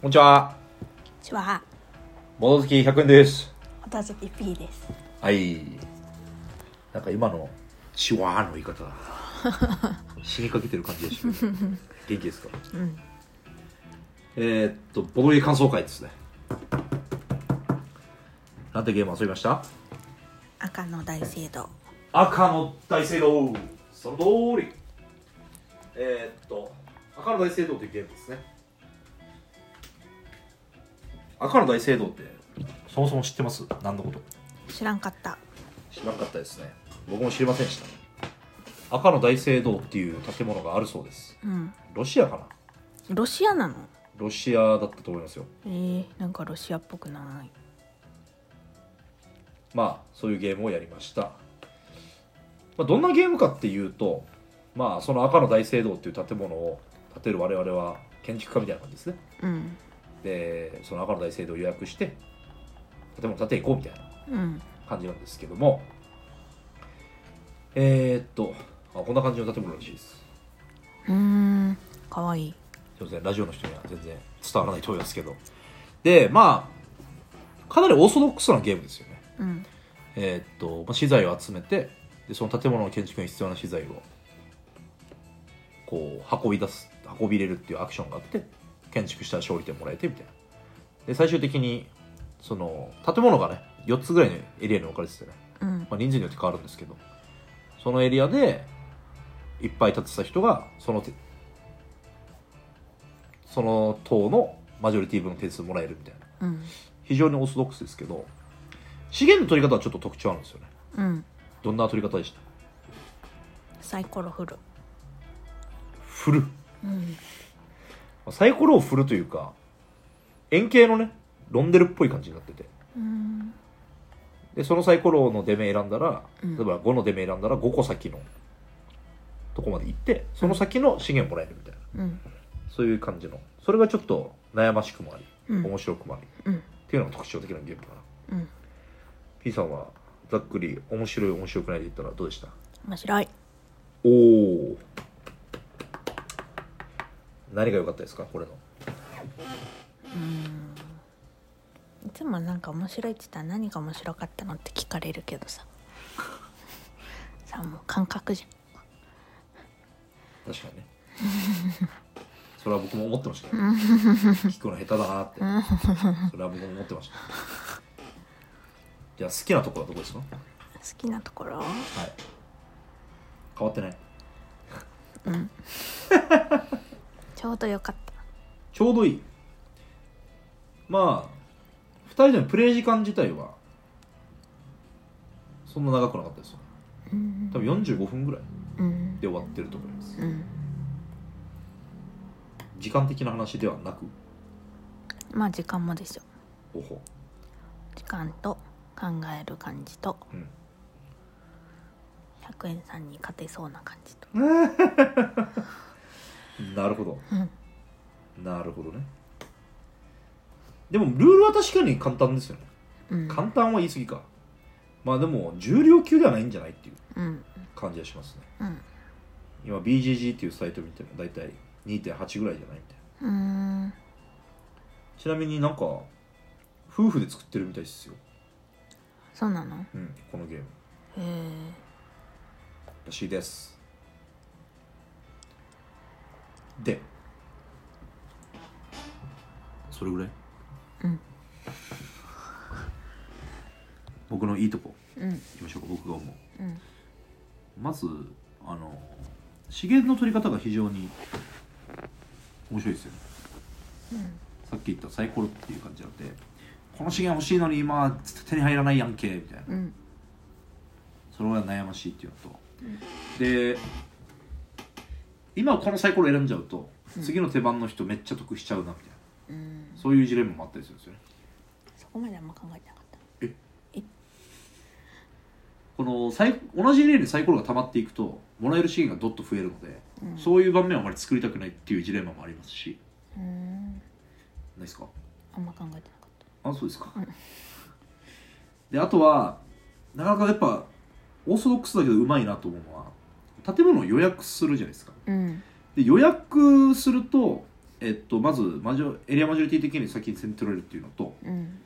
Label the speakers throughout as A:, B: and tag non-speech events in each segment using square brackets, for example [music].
A: こんにちは。
B: ちは、
A: 物好き100円です。
B: 私たち P です。
A: はい。なんか今の、チワーの言い [laughs] 方だ。死にかけてる感じでしょ。 [laughs] 元気ですか
B: うん。
A: えー、っと、ボドゲ感想会ですね。なんてゲーム遊びました
B: 赤の大聖堂。
A: 赤の大聖堂その通りえー、っと赤の大聖堂というゲームですね赤の大聖堂ってそもそも知ってます何のこと
B: 知らんかった。
A: 知らなかったですね僕も知りませんでした赤の大聖堂っていう建物があるそうです
B: うん。
A: ロシアかな
B: ロシアなの
A: ロシアだったと思いますよ
B: えー、なんかロシアっぽくない。
A: まあそういうゲームをやりました、まあ、どんなゲームかっていうとまあその赤の大聖堂っていう建物を建てる我々は建築家みたいな感じですね
B: うん。
A: でその赤の大聖堂を予約して建物建てていこうみたいな
B: うん。
A: 感じなんですけどもえー、っとあこんな感じの建物らしいです
B: うーん。かわいい。
A: すいませんラジオの人には全然伝わらないと思いますけどでまあかなりオーソドックスなゲームですよね
B: うん。
A: えーっと、まあ、資材を集めてでその建物の建築に必要な資材をこう運び出す運び入れるっていうアクションがあって建築したら勝利点もらえてみたいなで最終的にその建物がね4つぐらいのエリアに分かれててね、
B: うん。
A: まあ、人数によって変わるんですけどそのエリアでいっぱい建てた人がそのてその党のマジョリティ分の点数もらえるみたいな
B: うん。
A: 非常にオーソドックスですけど資源の取り方はちょっと特徴あるんですよね
B: うん。
A: どんな取り方でした
B: サイコロ振る。
A: 振る
B: うん。
A: サイコロを振るというか円形のねロンデルっぽい感じになってて
B: うん。
A: でそのサイコロの出目選んだら
B: う
A: 例え
B: ん
A: ば5の出目選んだら5個先のとこまで行ってその先の資源もらえるみたいな
B: うん。
A: そういう感じのそれがちょっと悩ましくもあり
B: うん。
A: 面白くもありっ
B: うん。
A: ていうのが特徴的なゲームかな
B: うん。
A: P さんはざっくり面白い面白くないで言ったらどうでした
B: 面白い。
A: おお何が良かったですかこれの
B: うん。いつもなんか面白いって言ったら何が面白かったのって聞かれるけど [laughs] さ。さあもう感覚じ
A: 確かにね [laughs] それは僕も思ってま [laughs] したよ
B: ゃん。
A: 聞くの下手だなって
B: うん。
A: それは僕も思ってましたじゃあ好きなところはどこですかはい
B: 好きなところ
A: 変わってない
B: ちょうどよかった
A: ちょうどいいまあ2人でのプレイ時間自体はそんな長くなかったですよ
B: うん
A: 多分45分ぐらい
B: うん
A: で終わってると思います
B: うん
A: 時間的な話ではなく
B: まあ時間もですよ
A: おほ
B: 時間と考える感じと
A: うん
B: 100円さんに勝てそうな感じと
A: なるほど
B: うん
A: なるほどねでもルールは確かに簡単ですよね
B: うん
A: 簡単は言い過ぎかまあでも重量級ではないんじゃないっていう
B: うん
A: 感じはしますね
B: うん
A: 今 BGG っていうサイト見ても大体2.8ぐらいじゃないみたいな
B: うーん
A: ちなみになんか夫婦で作ってるみたいですよ、
B: そうなのへ
A: うん、このゲーム
B: え
A: らしいですでそれぐらい
B: うん
A: 僕のいいとこ
B: うん
A: いきましょうか僕が思う
B: うん
A: まずあの資源の取り方が非常に面白いですよね
B: うん
A: さっき言ったサイコロっていう感じなのでこの資源欲しいのに今手に入らないやんけみたいな
B: うん
A: それは悩ましいっていうのと、で今このサイコロ選んじゃうと次の手番の人めっちゃ得しちゃうなみたいな
B: うん
A: そういうジレンマもあったりするんですよね
B: そこまであんま考えてなかった
A: このサイ同じエリアにサイコロが溜まっていくともらえる資源がどっと増えるので、
B: うん
A: そういう盤面はあまり作りたくないっていうジレンマもありますし
B: うーん
A: ないですか
B: あんま考えてなかった
A: あそうですか、
B: うん
A: であとはなかなかやっぱオーソドックスだけどうまいなと思うのは建物を予約するじゃないですか
B: うん
A: で予約するとえっと、まずマジョエリアマジョリティ的に先に先手取れるっていうのと、
B: うん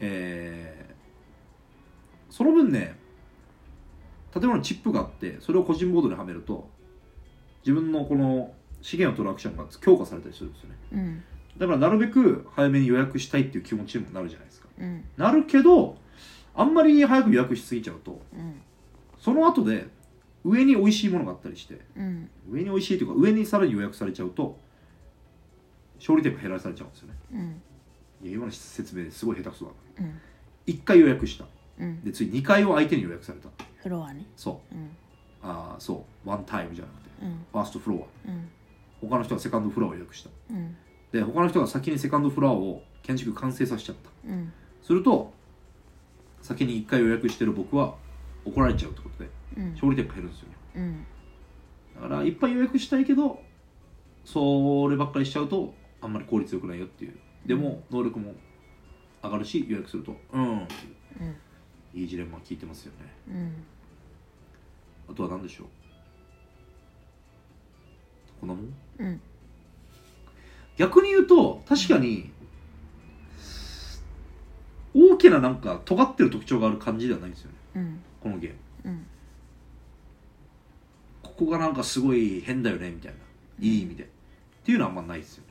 A: えーその分ね建物にチップがあってそれを個人ボードにはめると自分のこの資源を取るアクションが強化されたりするんですよね
B: うん
A: だからなるべく早めに予約したいっていう気持ちにもなるじゃないですか
B: うん
A: なるけどあんまり早く予約しすぎちゃうと
B: うん
A: その後で上に美味しいものがあったりして
B: うん
A: 上に美味しいというか上にさらに予約されちゃうと勝利点が減らされちゃうんですよね
B: うん
A: いや今の説明すごい下手くそだな
B: うん
A: 1回予約した
B: うん
A: で次2回を相手に予約された
B: フロアね
A: そう
B: うん
A: あーそうワンタイムじゃなくて
B: うん
A: ファーストフロア
B: うん
A: 他の人がセカンドフロアを予約した
B: うん
A: で他の人が先にセカンドフロアを建築完成させちゃった
B: うん
A: すると先に1回予約してる僕は怒られちゃうってことで
B: うん
A: 勝利点が減るんですよね
B: うん
A: だからいっぱい予約したいけどそればっかりしちゃうとあんまり効率よくないよっていうでも能力も上がるし予約するとうんっていう
B: うん
A: いいジレンマ聞いてますよね
B: うん
A: あとは何でしょうこんなもん
B: うん
A: 逆に言うと確かに大きななんか尖ってる特徴がある感じではないんですよね
B: うん
A: このゲーム
B: うん
A: ここがなんかすごい変だよねみたいないい意味でっていうのはあんまないですよね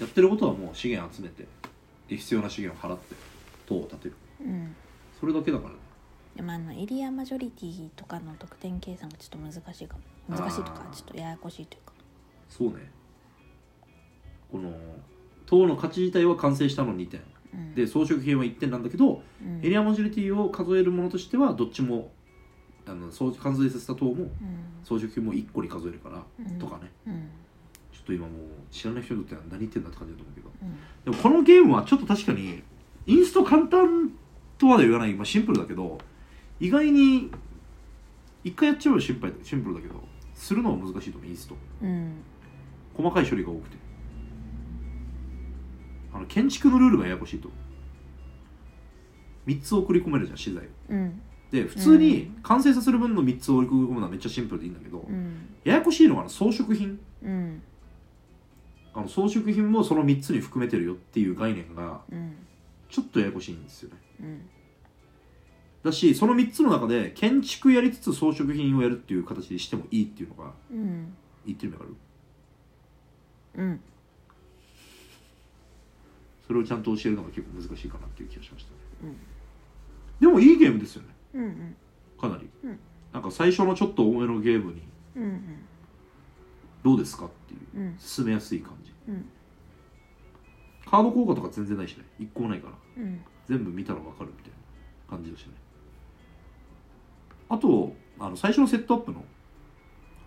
A: やってることはもう資源集めてで必要な資源を払って塔を建てる
B: うん
A: それだけだからね
B: でもあのエリアマジョリティとかの得点計算がちょっと難しいかも難しいとか
A: あー
B: ちょっとややこしいというか
A: そうねこの塔の価値自体は完成したの2点
B: うん
A: で装飾品は1点なんだけど
B: うん
A: エリアモジュリティを数えるものとしてはどっちもあのそう完成させた塔も
B: うん
A: 装飾品も1個に数えるから
B: うん
A: とかね
B: うん
A: ちょっと今もう知らない人にとっては何言ってんだって感じだと思うけど
B: うん
A: でもこのゲームはちょっと確かにインスト簡単とは言わない、まあ、シンプルだけど意外に一回やっちゃえばシンプルシンプルだけどするのは難しいと思うインスト
B: うん
A: 細かい処理が多くてあの建築のルールがややこしいと3つ送り込めるじゃん資材を
B: うん
A: で普通に完成させる分の3つを送り込むのはめっちゃシンプルでいいんだけど、
B: うん
A: ややこしいのがあの装飾品
B: うん
A: あの装飾品もその3つに含めてるよっていう概念が
B: うん
A: ちょっとややこしいんですよね
B: うん
A: だしその3つの中で建築やりつつ装飾品をやるっていう形にしてもいいっていうのが
B: うん
A: 言ってる意味わかる
B: うん
A: それをちゃんと教えるのが結構難しいかなっていう気がしましたね、
B: うん
A: でもいいゲームですよね
B: うん
A: かなり、
B: うん
A: なんか最初のちょっと多めのゲームに
B: うんうん
A: どうですかっていう
B: うん
A: 進めやすい感じ
B: うん
A: カード効果とか全然ないしね1個もないから
B: うん
A: 全部見たらわかるみたいな感じでしたねあとあの最初のセットアップの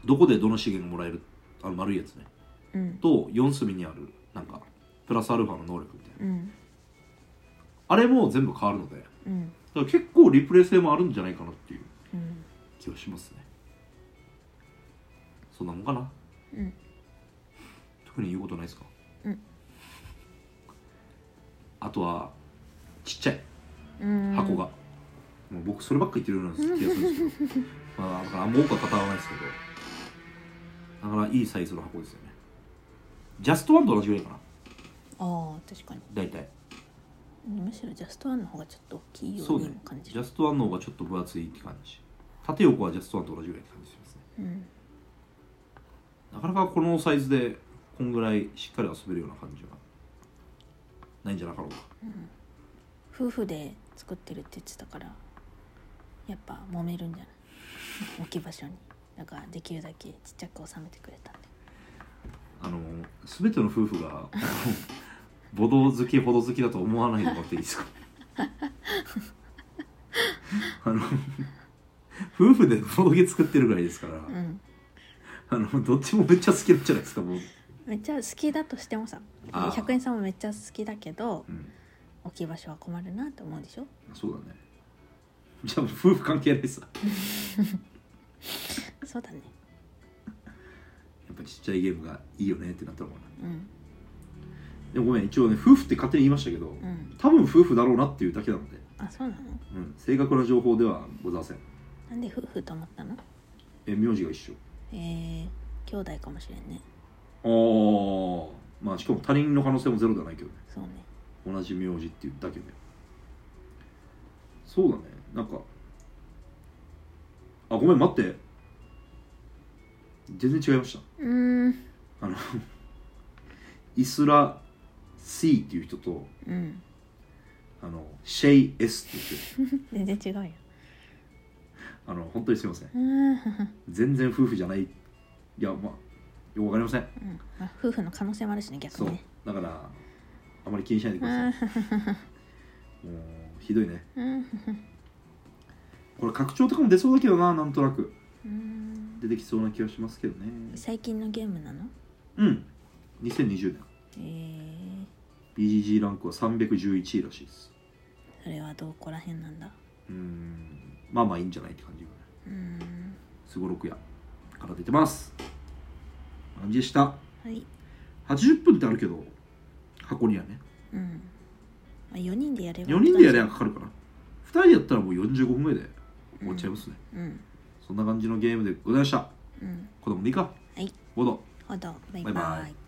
A: どこでどの資源がもらえるあの丸いやつね
B: うん
A: と4隅にあるなんかプラスアルファの能力みたいな
B: うん
A: あれも全部変わるのでだか
B: うん
A: ら結構リプレイ性もあるんじゃないかなっていう
B: うん
A: 気はしますねそんなもんかな
B: うん
A: 特に言うことないですか
B: うん
A: あとはちっちゃい
B: うん
A: 箱が、もう僕そればっか言ってるような気がするんですけ
B: [laughs]
A: どまあだからあんま多くは語らないですけどだからいいサイズの箱ですよねジャストワンと同じぐらいかな
B: ああ確かに
A: 大体
B: むしろジャストワンの方がちょっと大きいよ
A: そうう
B: に
A: ね
B: も感じ
A: ジ
B: る
A: ャストワンの方がちょっと分厚いって感じ縦横はジャストワンと同じぐらいって感じしますね
B: うん
A: なかなかこのサイズでこんぐらいしっかり遊べるような感じはないんじゃなかろうか
B: 夫婦で作ってるって言ってたからやっぱ揉めるんじゃない置き場所にだからできるだけちっちゃく収めてくれたんで
A: あの全ての夫婦が [laughs] ボド好きほど好きだと思わないでもらっていいですかあの夫婦でボドゲ作ってるぐらいですから、
B: うん
A: あのどっちもめっちゃ好きなんじゃないですかもう、
B: めっちゃ好きだとしてもさ
A: あー
B: 100円さんもめっちゃ好きだけど
A: うん、
B: 置き場所は困るなと思うでしょ
A: そうだねじゃあもう夫婦関係ないさ
B: そうだね
A: やっぱちっちゃいゲームがいいよねってなったのかな
B: うん
A: でもごめん一応ね夫婦って勝手に言いましたけど、
B: うん
A: 多分夫婦だろうなっていうだけなので、
B: あそうなの
A: うん、正確な情報ではございません
B: なんで夫婦と思ったの
A: え名字が一緒
B: えー、兄弟かもしれんね
A: ああまあしかも他人の可能性もゼロではないけどね
B: そうね
A: 同じ名字っていうだけでそうだねなんかあごめん待って全然違いました
B: うーん
A: あのイスラ C っていう人と
B: うん
A: あのシェイ S っていう人
B: 全然違うよ
A: あの本当にすいません
B: うーん、うん
A: 全然夫婦じゃないいやまあよくわかりません
B: まあ、夫婦の可能性もあるしね逆
A: そう
B: にね
A: だからあまり気にしないでくださいも [laughs] うひどいね
B: うんうん
A: これ拡張とかも出そうだけどななんとなく
B: うん
A: 出てきそうな気がしますけどね
B: 最近のゲームなの
A: うん2020年
B: えー、
A: BGG ランクは311位らしいです
B: それはどこら辺なんだ
A: うーんまあまあいいんじゃないって感じ
B: うーん
A: すごろくやから出てます感じでした
B: はい
A: 80分ってあるけど箱にはね
B: うんまあ4人でやれば
A: 4人でやればかかるかな2人でやったらもう45分ぐらいで終わっちゃいますね、
B: うん
A: そんな感じのゲームでございました
B: うん
A: 子供でいいか
B: はい
A: ボード
B: ほどバイ
A: バイバ
B: バ
A: イ
B: イ